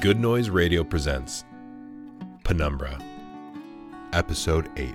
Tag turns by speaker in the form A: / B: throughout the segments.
A: Good Noise Radio presents Penumbra, Episode 8.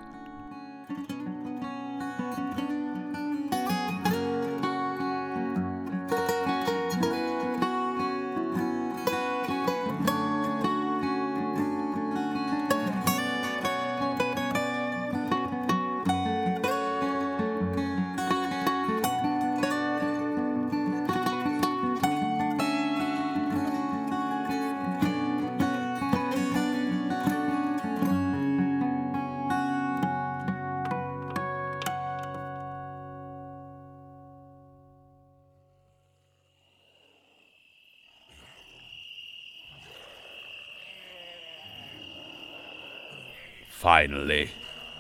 B: Finally,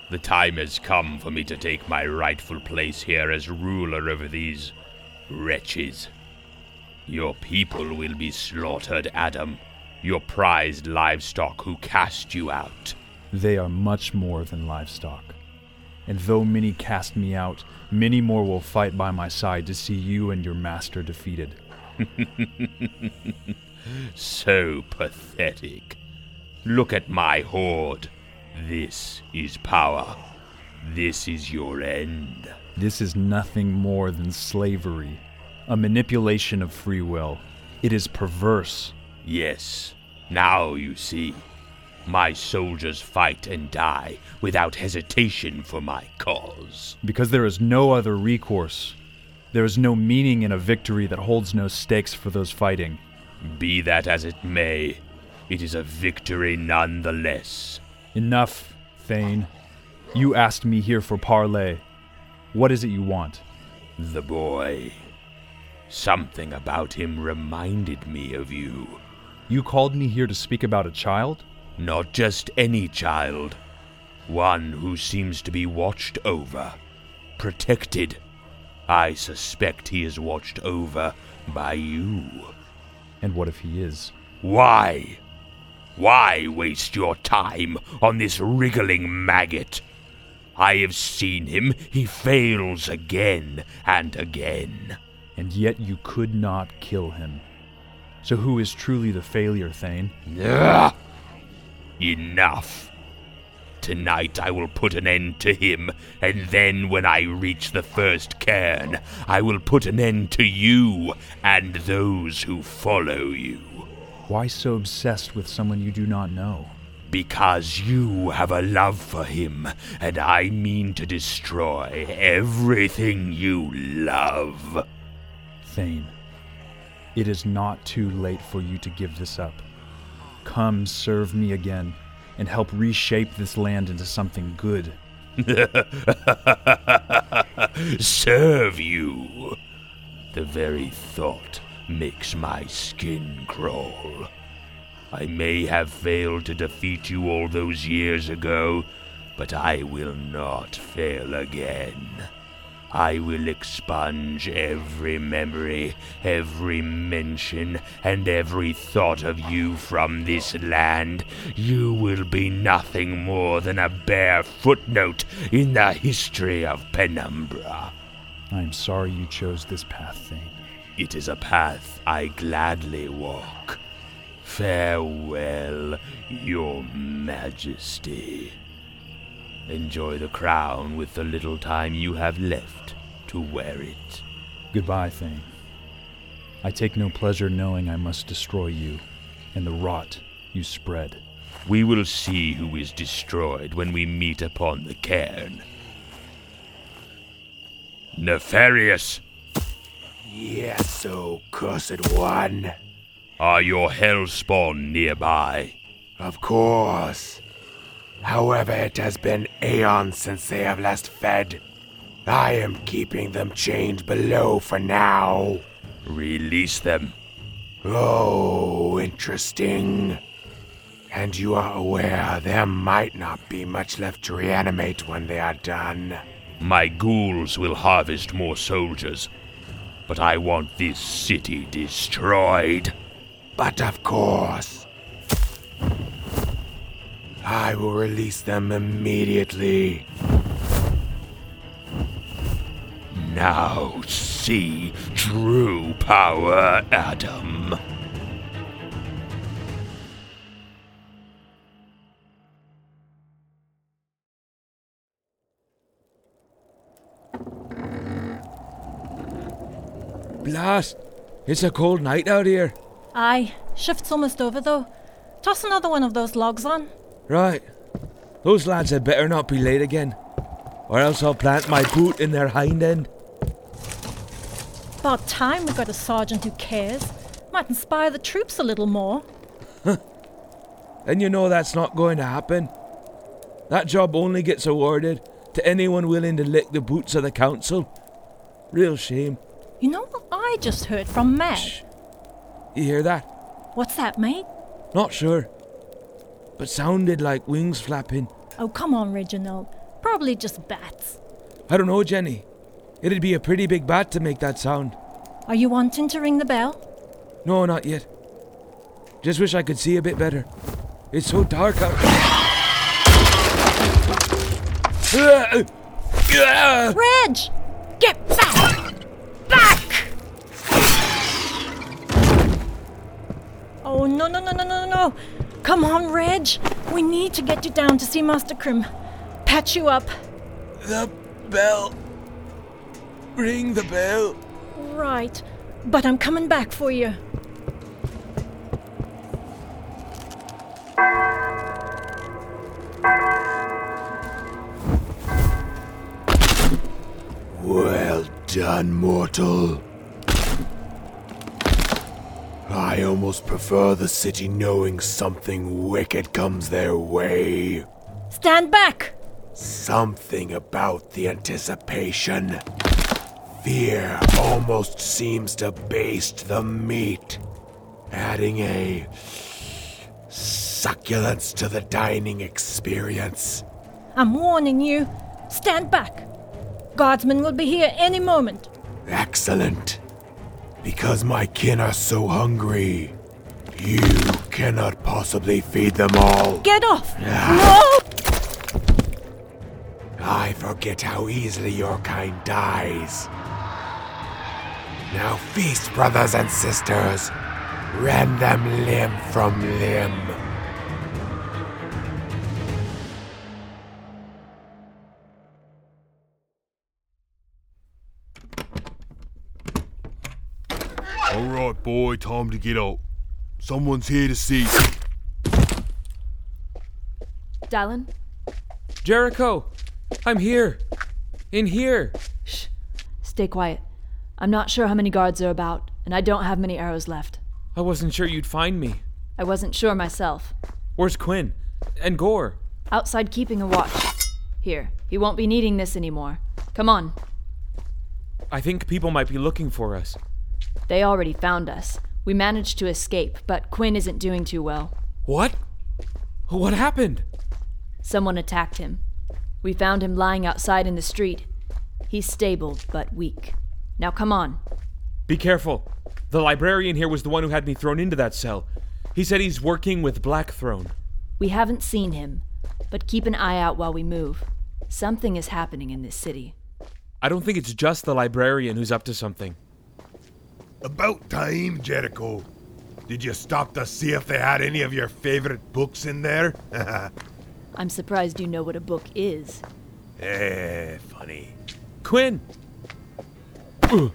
B: the time has come for me to take my rightful place here as ruler over these wretches. Your people will be slaughtered, Adam. Your prized livestock who cast you out.
C: They are much more than livestock. And though many cast me out, many more will fight by my side to see you and your master defeated.
B: So pathetic. Look at my hoard. This is power. This is your end.
C: This is nothing more than slavery, a manipulation of free will. It is perverse.
B: Yes, now you see. My soldiers fight and die without hesitation for my cause.
C: because there is no other recourse. There is no meaning in a victory that holds no stakes for those fighting.
B: Be that as it may, it is a victory none the less.
C: Enough, Thane. You asked me here for parley. What is it you want?
B: The boy. Something about him reminded me of you.
C: You called me here to speak about a child?
B: Not just any child, one who seems to be watched over, protected. I suspect he is watched over by you.
C: And what if he is?
B: Why? Why waste your time on this wriggling maggot? I have seen him. He fails again and again.
C: And yet you could not kill him. So who is truly the failure, Thane?
B: Ugh! Enough. Tonight I will put an end to him, and then when I reach the first cairn, I will put an end to you and those who follow you.
C: Why so obsessed with someone you do not know?
B: Because you have a love for him, and I mean to destroy everything you love.
C: Thane, it is not too late for you to give this up. Come serve me again and help reshape this land into something good.
B: Serve you. The very thought makes my skin crawl. I may have failed to defeat you all those years ago, but I will not fail again. I will expunge every memory, every mention, and every thought of you from this land. You will be nothing more than a bare footnote in the history of Penumbra.
C: I am sorry you chose this path, Thane.
B: It is a path I gladly walk. Farewell, Your Majesty. Enjoy the crown with the little time you have left to wear it.
C: Goodbye, Thane. I take no pleasure knowing I must destroy you and the rot you spread.
B: We will see who is destroyed when we meet upon the cairn. Nefarious!
D: Yes, O cursed one.
B: Are your hellspawn nearby?
D: Of course. However, it has been aeons since they have last fed. I am keeping them chained below for now.
B: Release them.
D: Oh, interesting. And you are aware there might not be much left to reanimate when they are done.
B: My ghouls will harvest more soldiers. But I want this city destroyed.
D: But of course. I will release them immediately.
B: Now see true power, Adam.
E: blast! It's a cold night out here.
F: Aye, shift's almost over though. Toss another one of those logs on.
E: Right. Those lads had better not be late again, or else I'll plant my boot in their hind end.
F: About time we got a sergeant who cares. Might inspire the troops a little more.
E: And you know that's not going to happen. That job only gets awarded to anyone willing to lick the boots of the council. Real shame.
F: You know what I just heard from Mag?
E: Shh. You hear that?
F: What's that, mate?
E: Not sure. But sounded like wings flapping.
F: Oh, come on, Reginald. Probably just bats.
E: I don't know, Jenny. It'd be a pretty big bat to make that sound.
F: Are you wanting to ring the bell?
E: No, not yet. Just wish I could see a bit better. It's so dark out.
F: Reg! Get back! Back! Oh, no, no, no, no, no, no. Come on, Reg. We need to get you down to see Master Krim. Patch you up.
E: The bell. Ring the bell.
F: Right. But I'm coming back for you.
D: Well done, mortal. I almost prefer the city knowing something wicked comes their way.
F: Stand back!
D: Something about the anticipation. Fear almost seems to baste the meat, adding a succulence to the dining experience.
F: I'm warning you. Stand back. Guardsmen will be here any moment.
D: Excellent. Because my kin are so hungry, you cannot possibly feed them all.
F: Get off! No!
D: I forget how easily your kind dies. Now feast, brothers and sisters. Rend them limb from limb.
G: All right, boy, time to get up. Someone's here to see.
H: Dallin,
E: Jericho, I'm here. In here.
H: stay quiet. I'm not sure how many guards are about, and I don't have many arrows left.
E: I wasn't sure you'd find me.
H: I wasn't sure myself.
E: Where's Quinn? And Gore?
H: Outside keeping a watch. Here, he won't be needing this anymore. Come on.
E: I think people might be looking for us.
H: They already found us. We managed to escape, but Quinn isn't doing too well.
E: What? What happened?
H: Someone attacked him. We found him lying outside in the street. He's stable, but weak. Now come on.
E: Be careful. The librarian here was the one who had me thrown into that cell. He said he's working with Blackthorn.
H: We haven't seen him, but keep an eye out while we move. Something is happening in this city.
E: I don't think it's just the librarian who's up to something.
G: About time, Jericho. Did you stop to see if they had any of your favorite books in there?
H: I'm surprised you know what a book is.
G: eh, funny.
E: Quinn! Ugh.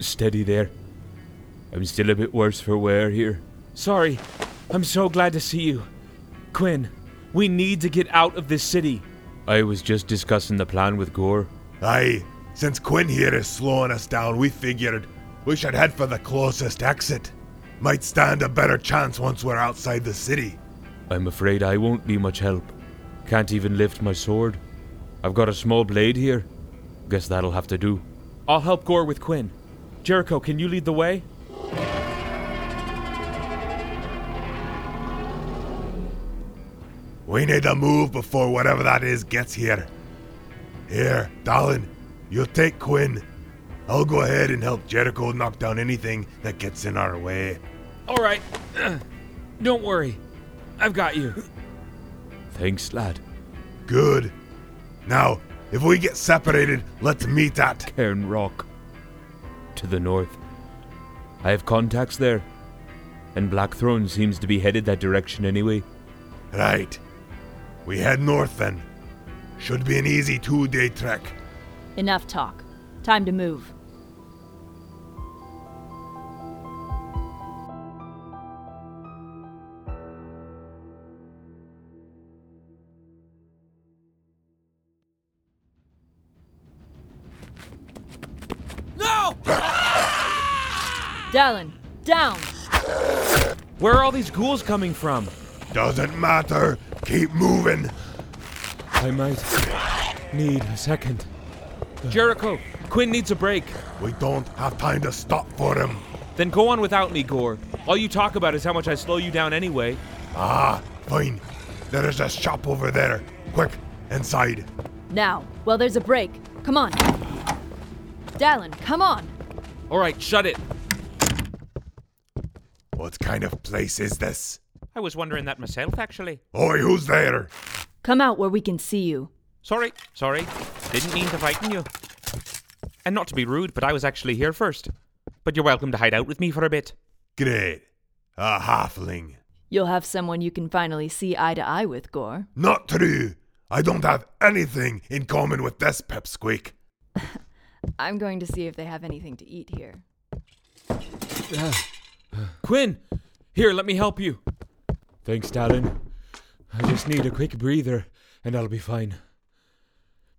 E: Steady there. I'm still a bit worse for wear here. Sorry. I'm so glad to see you. Quinn, we need to get out of this city. I was just discussing the plan with Gore.
G: Aye, since Quinn here is slowing us down, we figured we should head for the closest exit. Might stand a better chance once we're outside the city.
E: I'm afraid I won't be much help. Can't even lift my sword. I've got a small blade here. Guess that'll have to do. I'll help Gore with Quinn. Jericho, can you lead the way?
G: We need to move before whatever that is gets here. Here, Dallin, you take Quinn. I'll go ahead and help Jericho knock down anything that gets in our way.
E: All right. Don't worry. I've got you. Thanks, lad.
G: Good. Now, if we get separated, let's meet at.
E: Cairn Rock. To the north. I have contacts there. And Blackthorn seems to be headed that direction anyway.
G: Right. We head north then. Should be an easy two day trek.
H: Enough talk. Time to move. Dallin, down!
E: Where are all these ghouls coming from?
G: Doesn't matter. Keep moving.
E: I might need a second. Jericho, Quinn needs a break.
G: We don't have time to stop for him.
E: Then go on without me, Gore. All you talk about is how much I slow you down anyway.
G: Ah, fine. There is a shop over there. Quick, inside.
H: Now, while there's a break, come on. Dallin, come on!
E: All right, shut it.
G: What kind of place is this?
E: I was wondering that myself, actually.
G: Oi, who's there?
H: Come out where we can see you.
E: Sorry, sorry. Didn't mean to frighten you. And not to be rude, but I was actually here first. But you're welcome to hide out with me for a bit.
G: Great. A halfling.
H: You'll have someone you can finally see eye to eye with, Gore.
G: Not true. I don't have anything in common with this pipsqueak.
H: I'm going to see if they have anything to eat here.
E: Quinn, here, let me help you. Thanks, Dallin. I just need a quick breather, and I'll be fine.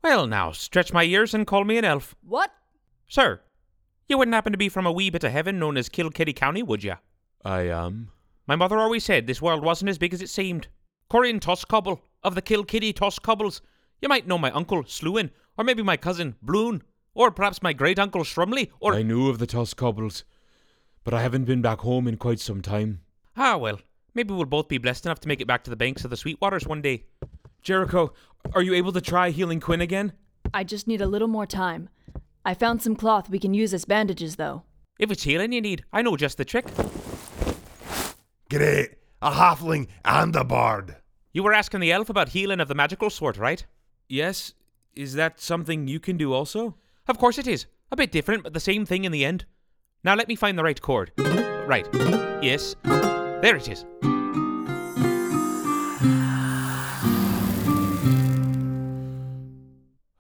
E: Well, now, stretch my ears and call me an elf.
H: What?
E: Sir, you wouldn't happen to be from a wee bit of heaven known as Kilkenny County, would you? I am. My mother always said this world wasn't as big as it seemed. Corin Toscobble, of the Kilkitty Toscobbles. You might know my uncle, Sluin, or maybe my cousin, Bloon, or perhaps my great uncle, Shrumley, or.
I: I knew of the Toscobbles, but I haven't been back home in quite some time.
E: Ah, well, maybe we'll both be blessed enough to make it back to the banks of the Sweetwaters one day. Jericho, are you able to try healing Quinn again?
H: I just need a little more time. I found some cloth we can use as bandages, though.
E: If it's healing you need, I know just the trick.
G: Great. A halfling and a bard.
E: You were asking the elf about healing of the magical sort, right? Yes. Is that something you can do also? Of course it is. A bit different, but the same thing in the end. Now let me find the right chord. Right. Yes. There it is.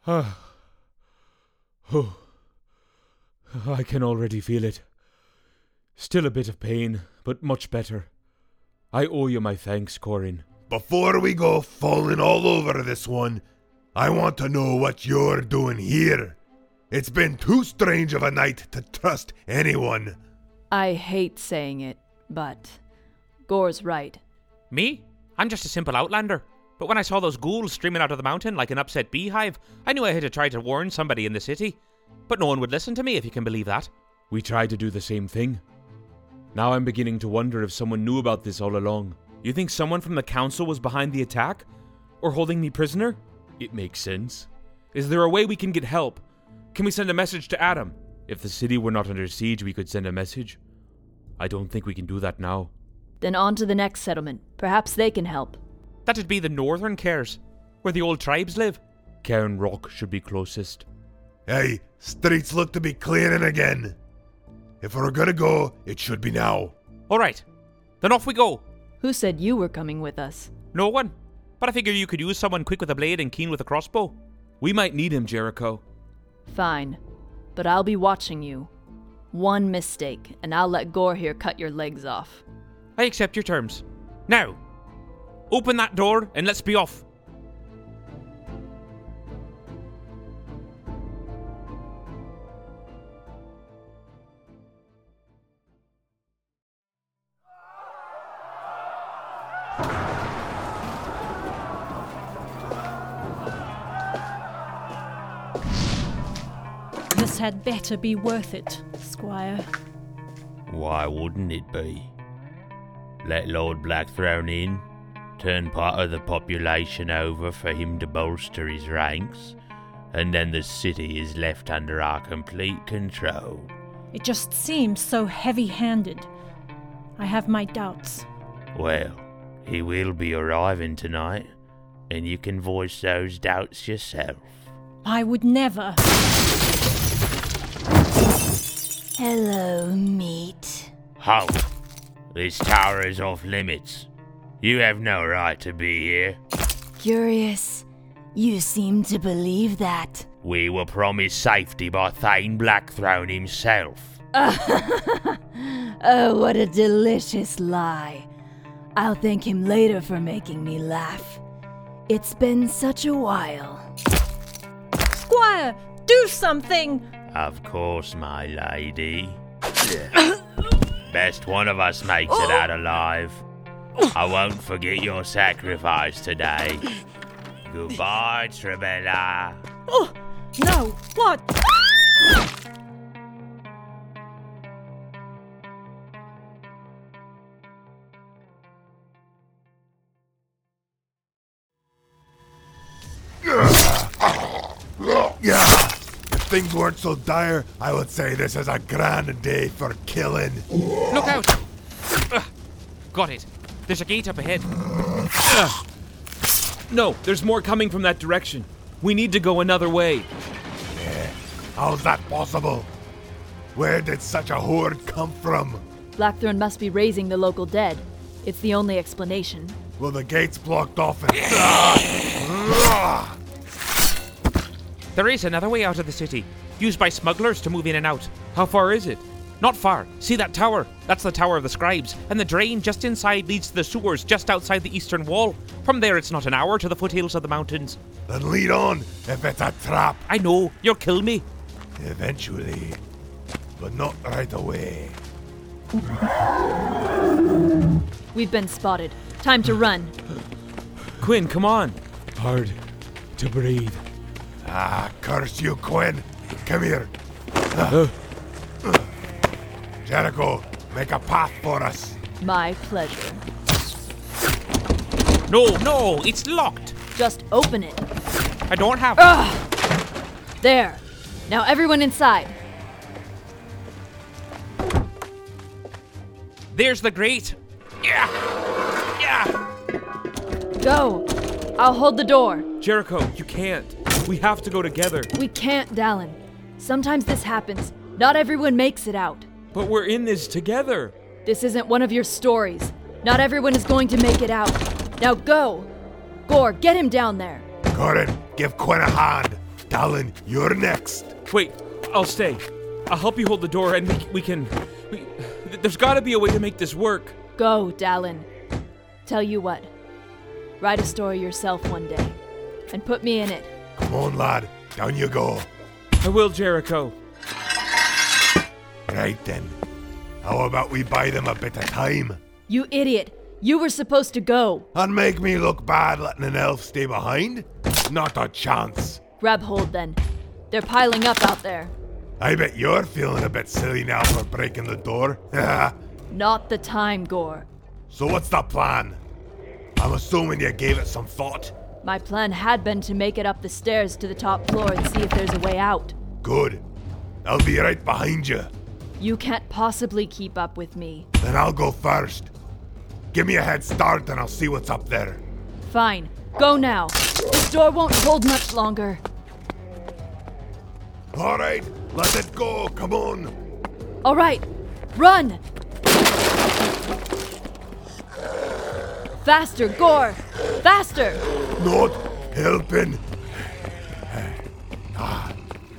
I: Ah. Oh. I can already feel it. Still a bit of pain, but much better. I owe you my thanks, Corin.
G: Before we go falling all over this one, I want to know what you're doing here. It's been too strange of a night to trust anyone.
H: I hate saying it, but Gore's right.
E: Me? I'm just a simple outlander. But when I saw those ghouls streaming out of the mountain like an upset beehive, I knew I had to try to warn somebody in the city. But no one would listen to me, if you can believe that.
I: We tried to do the same thing. Now I'm beginning to wonder if someone knew about this all along.
E: You think someone from the council was behind the attack? Or holding me prisoner?
I: It makes sense.
E: Is there a way we can get help? Can we send a message to Adam?
I: If the city were not under siege, we could send a message. I don't think we can do that now.
H: Then on to the next settlement. Perhaps they can help.
E: That'd be the northern cares, where the old tribes live.
I: Cairn Rock should be closest.
G: Hey, streets look to be clearing again. If we're gonna go, it should be now.
E: All right, then off we go.
H: Who said you were coming with us?
E: No one. But I figure you could use someone quick with a blade and keen with a crossbow. We might need him, Jericho.
H: Fine, but I'll be watching you. One mistake, and I'll let Gore here cut your legs off.
E: I accept your terms. Now, open that door and let's be off.
F: This had better be worth it, Squire.
B: Why wouldn't it be? Let Lord Blackthorn in, turn part of the population over for him to bolster his ranks, and then the city is left under our complete control.
F: It just seems so heavy handed. I have my doubts.
B: Well, he will be arriving tonight, and you can voice those doubts yourself.
F: I would never.
J: Hello, meat.
B: Halt! This tower is off limits. You have no right to be here.
J: Curious. You seem to believe that.
B: We were promised safety by Thane Blackthorn himself.
J: Oh, what a delicious lie. I'll thank him later for making me laugh. It's been such a while.
F: Squire, do something!
B: Of course, my lady. Best one of us makes it out alive. I won't forget your sacrifice today. Goodbye, Trebella.
F: Oh, no, what?
G: Yeah. If things weren't so dire, I would say this is a grand day for killing.
K: Look out! Ugh. Got it. There's a gate up ahead.
I: Ugh. No, there's more coming from that direction. We need to go another way.
G: How's that possible? Where did such a horde come from?
H: Blackthorn must be raising the local dead. It's the only explanation.
G: Well, the gate's blocked off and.
K: There is another way out of the city, used by smugglers to move in and out. How far is it? Not far. See that tower? That's the Tower of the Scribes, and the drain just inside leads to the sewers just outside the eastern wall. From there, it's not an hour to the foothills of the mountains.
G: Then lead on, if it's a trap.
K: I know, you'll kill me.
G: Eventually, but not right away.
H: We've been spotted. Time to run.
I: Quinn, come on. Hard to breathe.
G: Ah, curse you, Quinn. Come here. Ah. Jericho, make a path for us.
H: My pleasure.
K: No, no, it's locked.
H: Just open it.
K: I don't have.
H: There. Now everyone inside.
K: There's the grate. Yeah. Yeah.
H: Go. I'll hold the door.
I: Jericho, you can't. We have to go together.
H: We can't, Dallin. Sometimes this happens. Not everyone makes it out.
I: But we're in this together.
H: This isn't one of your stories. Not everyone is going to make it out. Now go! Gore, get him down there.
G: Corin, give Quinn a hand. Dallin, you're next.
I: Wait, I'll stay. I'll help you hold the door and we, we can. We, th- there's gotta be a way to make this work.
H: Go, Dallin. Tell you what. Write a story yourself one day. And put me in it.
G: Come on, lad. Down you go.
I: I will, Jericho.
G: Right then. How about we buy them a bit of time?
H: You idiot. You were supposed to go.
G: And make me look bad letting an elf stay behind? Not a chance.
H: Grab hold then. They're piling up out there.
G: I bet you're feeling a bit silly now for breaking the door.
H: Not the time, Gore.
G: so, what's the plan? I'm assuming you gave it some thought.
H: My plan had been to make it up the stairs to the top floor and see if there's a way out.
G: Good. I'll be right behind you.
H: You can't possibly keep up with me.
G: Then I'll go first. Give me a head start and I'll see what's up there.
H: Fine, go now. This door won't hold much longer.
G: All right, let it go. Come on.
H: All right, run! Faster, Gore! Faster!
G: Not helping.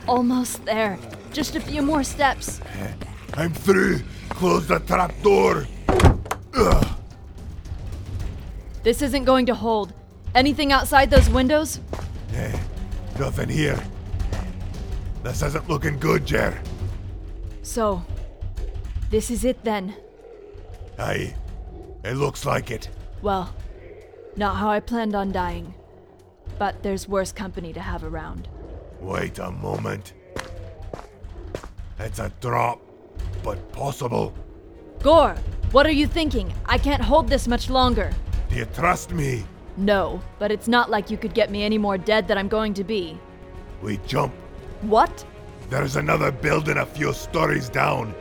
H: Almost there. Just a few more steps.
G: I'm through. Close the trap door.
H: This isn't going to hold. Anything outside those windows?
G: Eh, Nothing here. This isn't looking good, Jer.
H: So, this is it then.
G: Aye. It looks like it.
H: Well, not how I planned on dying. But there's worse company to have around.
G: Wait a moment. It's a drop, but possible.
H: Gore, what are you thinking? I can't hold this much longer.
G: Do you trust me?
H: No, but it's not like you could get me any more dead than I'm going to be.
G: We jump.
H: What?
G: There's another building a few stories down.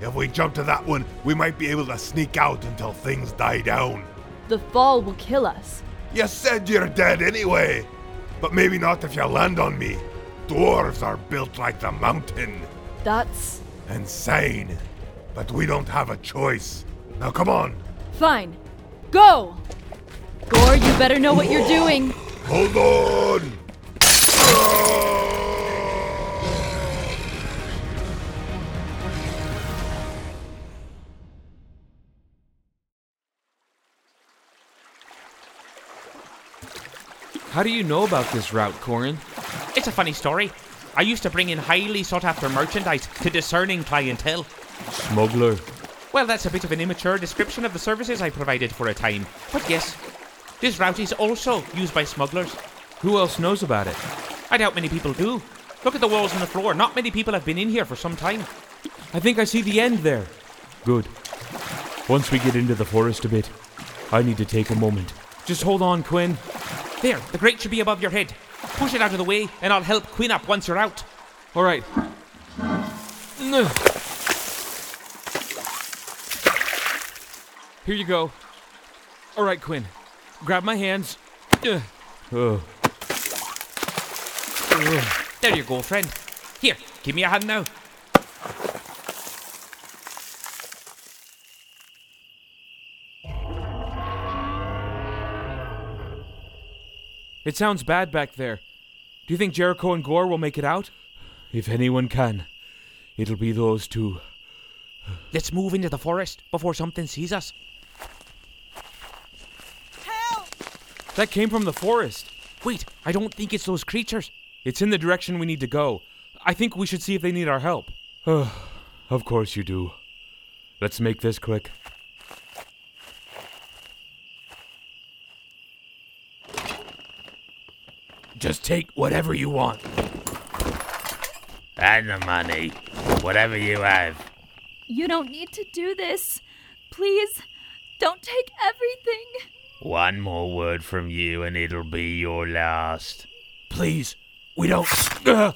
G: If we jump to that one, we might be able to sneak out until things die down.
H: The fall will kill us.
G: You said you're dead anyway. But maybe not if you land on me. Dwarves are built like the mountain.
H: That's
G: Insane. But we don't have a choice. Now come on.
H: fine. Go! Gore, you better know what you're doing.
G: Hold on!
I: How do you know about this route, Corin?
K: It's a funny story. I used to bring in highly sought after merchandise to discerning clientele.
E: Smuggler.
I: Well, that's a bit of an immature description of the services I provided for a time. But yes, this route is also used by smugglers.
E: Who else knows about it?
I: I doubt many people do. Look at the walls and the floor. Not many people have been in here for some time.
E: I think I see the end there. Good. Once we get into the forest a bit, I need to take a moment. Just hold on, Quinn.
I: There, the grate should be above your head. Push it out of the way, and I'll help Quinn up once you're out.
E: All right. No. Here you go. All right, Quinn. Grab my hands. Ugh. Oh.
I: Ugh. There you go, friend. Here, give me a hand now.
E: It sounds bad back there. Do you think Jericho and Gore will make it out? If anyone can, it'll be those two.
I: Let's move into the forest before something sees us.
F: Help!
E: That came from the forest.
I: Wait, I don't think it's those creatures.
E: It's in the direction we need to go. I think we should see if they need our help. of course you do. Let's make this quick.
L: Just take whatever you want.
B: And the money. Whatever you have.
H: You don't need to do this. Please, don't take everything.
B: One more word from you and it'll be your last.
L: Please, we don't.
H: No!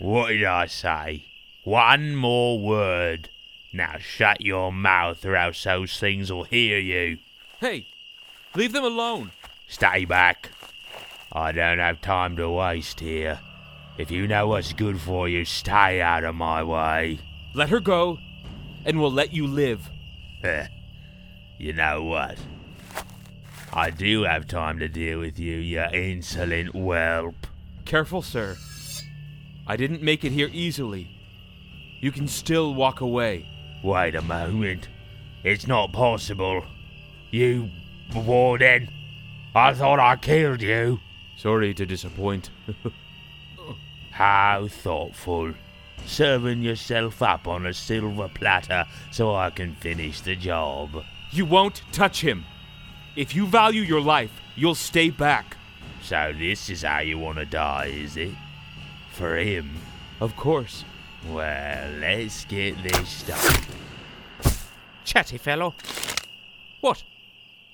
B: What did I say? One more word. Now shut your mouth or else those things will hear you.
E: Hey, leave them alone.
B: Stay back. I don't have time to waste here. If you know what's good for you, stay out of my way.
E: Let her go, and we'll let you live.
B: you know what? I do have time to deal with you, you insolent whelp.
E: Careful, sir. I didn't make it here easily. You can still walk away.
B: Wait a moment. It's not possible. You warden. I thought I killed you.
E: Sorry to disappoint.
B: How thoughtful. Serving yourself up on a silver platter so I can finish the job.
E: You won't touch him. If you value your life, you'll stay back.
B: So, this is how you want to die, is it? For him?
E: Of course.
B: Well, let's get this done.
I: Chatty fellow. What?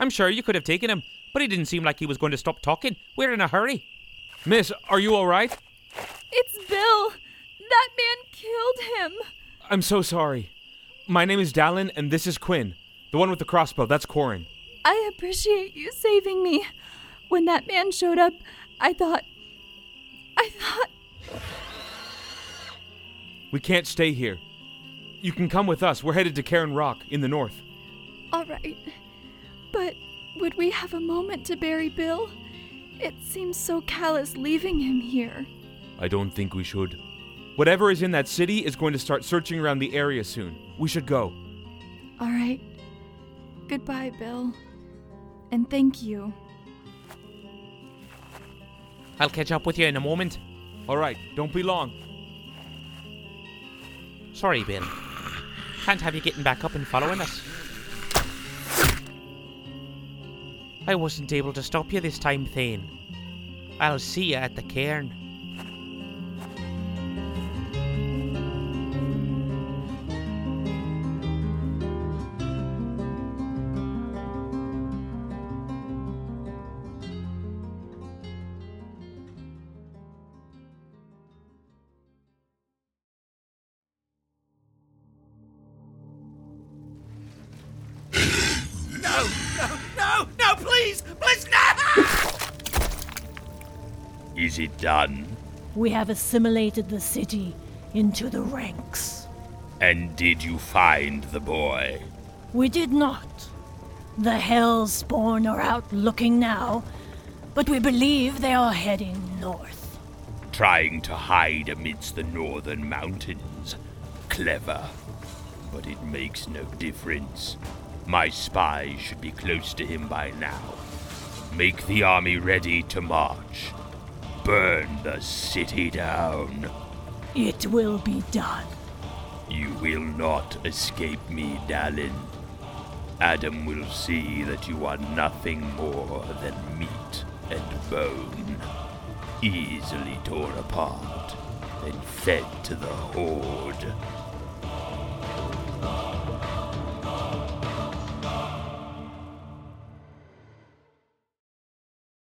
I: I'm sure you could have taken him but he didn't seem like he was going to stop talking. We're in a hurry.
E: Miss, are you all right?
H: It's Bill. That man killed him.
E: I'm so sorry. My name is Dallin, and this is Quinn. The one with the crossbow, that's Corin.
H: I appreciate you saving me. When that man showed up, I thought. I thought.
E: We can't stay here. You can come with us. We're headed to Cairn Rock in the north.
H: All right. But would we have a moment to bury Bill? It seems so callous leaving him here.
E: I don't think we should. Whatever is in that city is going to start searching around the area soon. We should go.
H: All right. Goodbye, Bill. And thank you.
I: I'll catch up with you in a moment.
E: All right, don't be long.
I: Sorry, Bill. Can't have you getting back up and following us. I wasn't able to stop you this time, Thane. I'll see you at the cairn.
B: Is it done?
F: We have assimilated the city into the ranks.
B: And did you find the boy?
F: We did not. The Hellspawn are out looking now, but we believe they are heading north.
B: Trying to hide amidst the northern mountains. Clever. But it makes no difference. My spies should be close to him by now. Make the army ready to march burn the city down.
F: It will be done.
B: You will not escape me, Dalin. Adam will see that you are nothing more than meat and bone, easily torn apart and fed to the horde.